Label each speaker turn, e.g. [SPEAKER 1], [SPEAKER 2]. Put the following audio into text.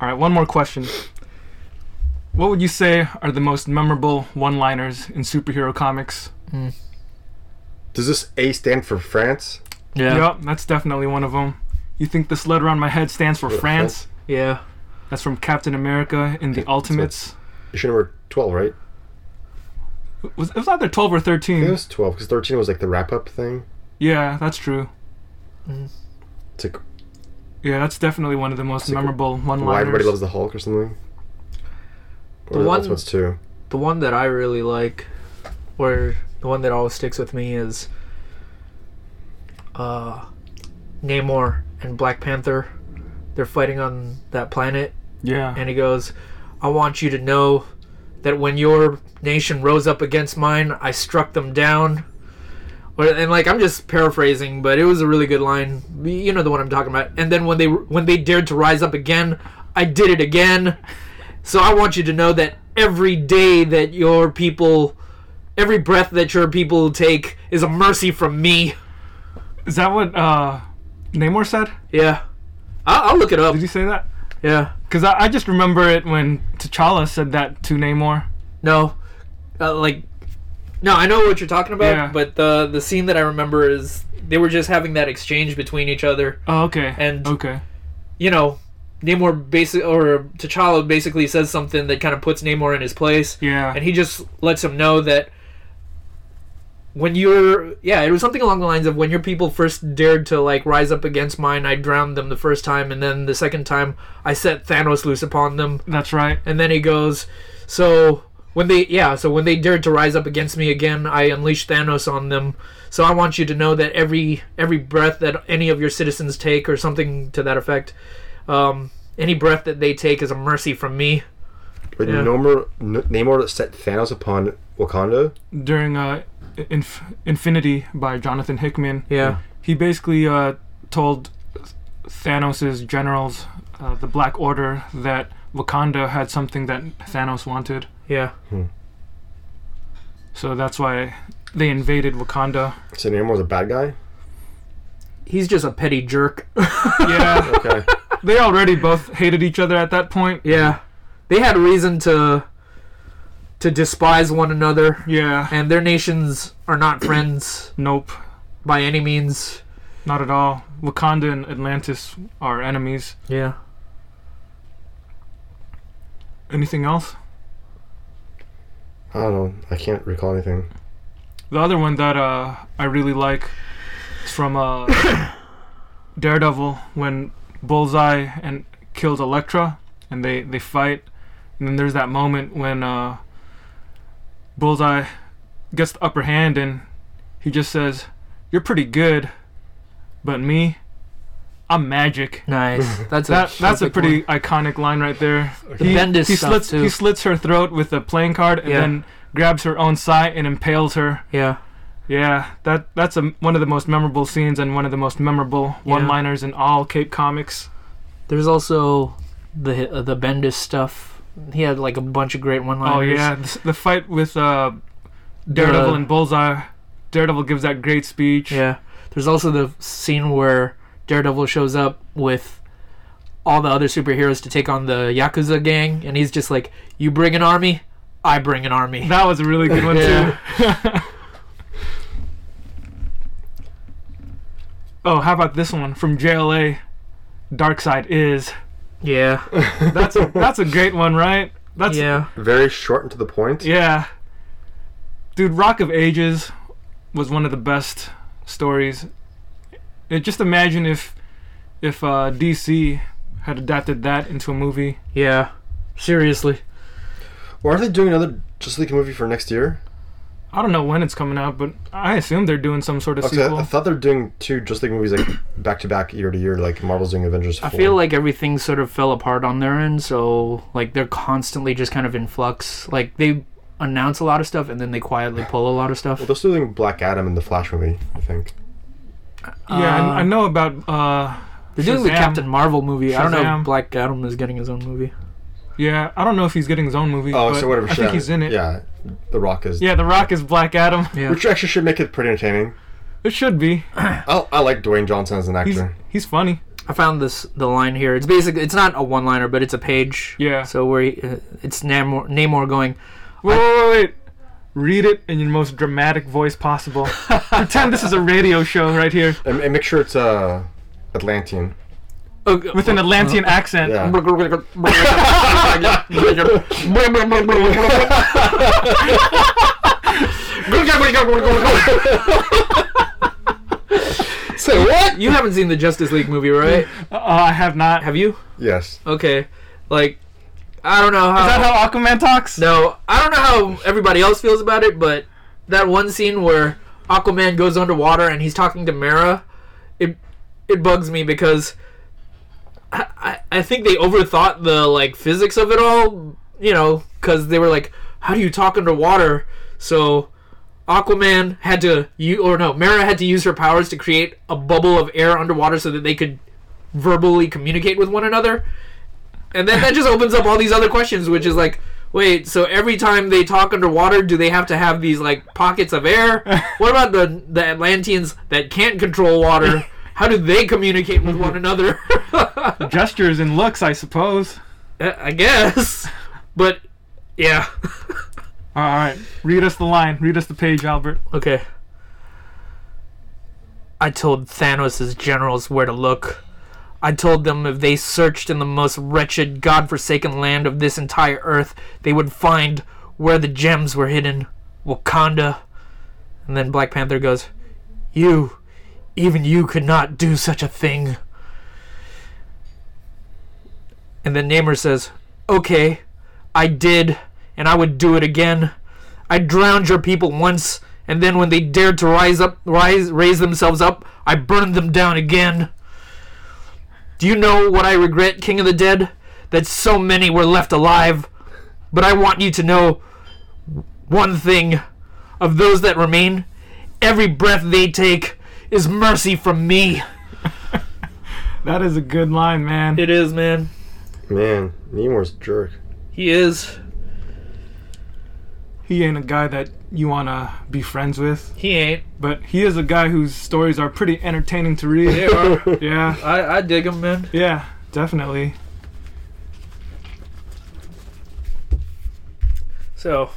[SPEAKER 1] All right, one more question. What would you say are the most memorable one-liners in superhero comics?
[SPEAKER 2] Does this A stand for France?
[SPEAKER 3] Yeah.
[SPEAKER 1] Yep, that's definitely one of them. You think this letter on my head stands for
[SPEAKER 2] Yeah,
[SPEAKER 1] France?
[SPEAKER 3] Yeah.
[SPEAKER 1] That's from Captain America in the
[SPEAKER 2] Captain
[SPEAKER 1] Ultimates. Issue number
[SPEAKER 2] 12, right?
[SPEAKER 1] It was, it was either 12 or
[SPEAKER 2] I think it
[SPEAKER 1] 13.
[SPEAKER 2] was
[SPEAKER 3] Mm.
[SPEAKER 2] 12 because 13 was like the wrap up thing.
[SPEAKER 1] Yeah, that's true.
[SPEAKER 2] It's like
[SPEAKER 1] Yeah, that's definitely one of the most
[SPEAKER 2] like
[SPEAKER 1] memorable
[SPEAKER 2] why everybody
[SPEAKER 1] one-liners.
[SPEAKER 2] loves the Hulk or something.
[SPEAKER 3] The
[SPEAKER 2] Or the
[SPEAKER 3] one-
[SPEAKER 2] Ultimates too.
[SPEAKER 3] The one that I really like, or the one that always sticks with me, is uh, Namor and Black Panther. They're fighting on that planet,
[SPEAKER 1] yeah.
[SPEAKER 3] and he goes, I want you to know that when your nation rose up against mine, I struck them down. Or- And like I'm just paraphrasing, but it was a really good line. You know the one I'm talking about. And then when they when they dared to rise up again, I did it again. So I want you to know that every day that your people, every breath that your people take is a mercy from me.
[SPEAKER 1] Is that what uh, Namor said?
[SPEAKER 3] Yeah, I'll, I'll look it up.
[SPEAKER 1] Did he say that?
[SPEAKER 3] Yeah.
[SPEAKER 1] Because I, I just remember it when T'Challa said that to Namor.
[SPEAKER 3] No, uh, like, no, I know what you're talking about,
[SPEAKER 1] Yeah.
[SPEAKER 3] but the the scene that I remember is they were just having that exchange between each other,
[SPEAKER 1] Oh, okay.
[SPEAKER 3] and
[SPEAKER 1] okay.
[SPEAKER 3] you know, Namor basic or T'Challa basically says something that kind of puts Namor in his place,
[SPEAKER 1] Yeah.
[SPEAKER 3] and he just lets him know that when you're yeah it was something along the lines of when your people first dared to like rise up against mine i drowned them the first time and then the second time i set thanos loose upon them
[SPEAKER 1] that's right.
[SPEAKER 3] and then he goes, "So when they yeah, so when they dared to rise up against me again, I unleashed Thanos on them. So I want you to know that every every breath that any of your citizens take, or something to that effect, um, any breath that they take is a mercy from me.
[SPEAKER 2] But
[SPEAKER 3] Yeah.
[SPEAKER 2] Namor, N- Namor set Thanos upon Wakanda.
[SPEAKER 1] During uh, Inf- Infinity by Jonathan Hickman,
[SPEAKER 3] Yeah,
[SPEAKER 1] he basically uh, told Thanos' generals, uh, the Black Order, that Wakanda had something that Thanos wanted.
[SPEAKER 3] yeah,
[SPEAKER 1] So that's why they invaded Wakanda.
[SPEAKER 2] So Namor's a bad guy?
[SPEAKER 3] he's just a petty jerk.
[SPEAKER 1] Yeah,
[SPEAKER 2] Okay.
[SPEAKER 1] they already both hated each other at that point.
[SPEAKER 3] yeah, they had reason to to despise one another,
[SPEAKER 1] Yeah,
[SPEAKER 3] and their nations are not friends
[SPEAKER 1] nope,
[SPEAKER 3] by any means.
[SPEAKER 1] not at all. Wakanda and Atlantis are enemies.
[SPEAKER 3] Yeah,
[SPEAKER 1] Anything else?
[SPEAKER 2] I don't know. I can't recall anything.
[SPEAKER 1] The other one that uh, I really like is from uh, Daredevil when Bullseye and kills Elektra and they, they fight. And then there's that moment when uh, Bullseye gets the upper hand and he just says, You're pretty good, but me, I'm magic.
[SPEAKER 3] nice. That's a
[SPEAKER 1] That, that's a
[SPEAKER 3] perfect one.
[SPEAKER 1] pretty iconic line right there.
[SPEAKER 3] The Bendis
[SPEAKER 1] he
[SPEAKER 3] stuff,
[SPEAKER 1] slits
[SPEAKER 3] too.
[SPEAKER 1] he slits her throat with a playing card and
[SPEAKER 3] Yeah.
[SPEAKER 1] then grabs her own side and impales her.
[SPEAKER 3] yeah.
[SPEAKER 1] Yeah, that that's a, one of the most memorable scenes and one of the most memorable
[SPEAKER 3] Yeah.
[SPEAKER 1] one-liners in all Cape Comics.
[SPEAKER 3] There's also the uh, the Bendis stuff. He had like a bunch of great
[SPEAKER 1] Oh
[SPEAKER 3] one-liners.
[SPEAKER 1] yeah, the, the fight with uh, Daredevil
[SPEAKER 3] The-
[SPEAKER 1] and Bullseye. Daredevil gives that great speech.
[SPEAKER 3] yeah. There's also the scene where Daredevil shows up with all the other superheroes to take on the yakuza gang, and he's just like, "You bring an army, I bring an army."
[SPEAKER 1] That was a really good one
[SPEAKER 3] Yeah.
[SPEAKER 1] too. oh, how about this one from JLA? Dark Side is.
[SPEAKER 3] Yeah,
[SPEAKER 1] That's a that's a great one, right? That's
[SPEAKER 3] yeah,
[SPEAKER 2] Very short and to the point.
[SPEAKER 1] Yeah. Dude, Rock of Ages was one of the best stories. It, just imagine if if uh, DC had adapted that into a movie.
[SPEAKER 3] yeah. Seriously,
[SPEAKER 2] Or are they doing another Justice League movie for next year?
[SPEAKER 1] I don't know when it's coming out, but I assume they're doing some sort of
[SPEAKER 2] Okay, I, I
[SPEAKER 1] sequel.
[SPEAKER 2] thought they're doing two Justice League movies like back to back, year to year, like Marvel's doing Avengers. 4.
[SPEAKER 3] I feel like everything sort of fell apart on their end, so like they're constantly just kind of in flux. Like they announce a lot of stuff and then they quietly pull a lot of stuff.
[SPEAKER 2] Well, they're still doing Black Adam and the Flash movie, I think.
[SPEAKER 1] yeah,
[SPEAKER 3] Uh,
[SPEAKER 1] I, I know about. Uh,
[SPEAKER 3] They're doing the
[SPEAKER 1] Shazam.
[SPEAKER 3] Captain Marvel movie. I don't know
[SPEAKER 1] Shazam.
[SPEAKER 3] if Black Adam is getting his own movie.
[SPEAKER 1] yeah, I don't know if he's getting his own movie.
[SPEAKER 2] Oh,
[SPEAKER 1] but
[SPEAKER 2] so whatever.
[SPEAKER 1] I think he's in it.
[SPEAKER 2] Yeah, The Rock is.
[SPEAKER 1] Yeah, The Rock is Black Adam.
[SPEAKER 3] Yeah.
[SPEAKER 2] Which actually should make it pretty entertaining.
[SPEAKER 1] It should be.
[SPEAKER 2] I, I like Dwayne Johnson as an
[SPEAKER 1] He's
[SPEAKER 2] actor.
[SPEAKER 1] he's funny.
[SPEAKER 3] I found this the line here. It's basically it's not a one liner, but it's a page.
[SPEAKER 1] Yeah.
[SPEAKER 3] So where he, uh, it's Namor, Namor going,
[SPEAKER 1] Wait, wait, wait, wait. Read it in your most dramatic voice possible. Pretend this is a radio show right here
[SPEAKER 2] And, and make sure it's uh, Atlantean.
[SPEAKER 3] oh,
[SPEAKER 1] with an Atlantean
[SPEAKER 3] Uh-huh.
[SPEAKER 1] accent.
[SPEAKER 2] Yeah.
[SPEAKER 3] so what? You haven't seen the Justice League movie, right?
[SPEAKER 1] Uh, I have not.
[SPEAKER 3] Have you?
[SPEAKER 2] Yes.
[SPEAKER 3] Okay. Like, I don't know how.
[SPEAKER 1] is that how Aquaman talks?
[SPEAKER 3] No, I don't know how everybody else feels about it, but that one scene where Aquaman goes underwater and he's talking to Mara, it it bugs me because I, I, I think they overthought the like physics of it all, you know, because they were like, how do you talk underwater? So Aquaman had to you or no, Mara had to use her powers to create a bubble of air underwater so that they could verbally communicate with one another. And then that just opens up all these other questions, which is like, wait, so every time they talk underwater, do they have to have these like pockets of air? What about the the Atlanteans that can't control water? How do they communicate with one another? I
[SPEAKER 1] Gestures and looks, I suppose.
[SPEAKER 3] I guess, but yeah,
[SPEAKER 1] All right. Read us the line. Read us the page, Albert.
[SPEAKER 3] okay. I told Thanos' generals where to look. I told them if they searched in the most wretched, godforsaken land of this entire earth, they would find where the gems were hidden Wakanda. And then Black Panther goes, You, even you could not do such a thing. And then Namor says, Okay, I did, and I would do it again. I drowned your people once, and then when they dared to rise up, rise, raise themselves up, I burned them down again. Do you know what I regret, King of the Dead? That so many were left alive. But I want you to know one thing of those that remain, every breath they take is mercy from me.
[SPEAKER 1] That is a good line, man.
[SPEAKER 3] It is, man.
[SPEAKER 2] Man, Namor's a jerk.
[SPEAKER 3] He is.
[SPEAKER 1] He ain't a guy that you want to be friends with,
[SPEAKER 3] He ain't.
[SPEAKER 1] but he is a guy whose stories are pretty entertaining to read.
[SPEAKER 3] I,
[SPEAKER 1] yeah.
[SPEAKER 3] I dig him, man.
[SPEAKER 1] Yeah, definitely.
[SPEAKER 3] So,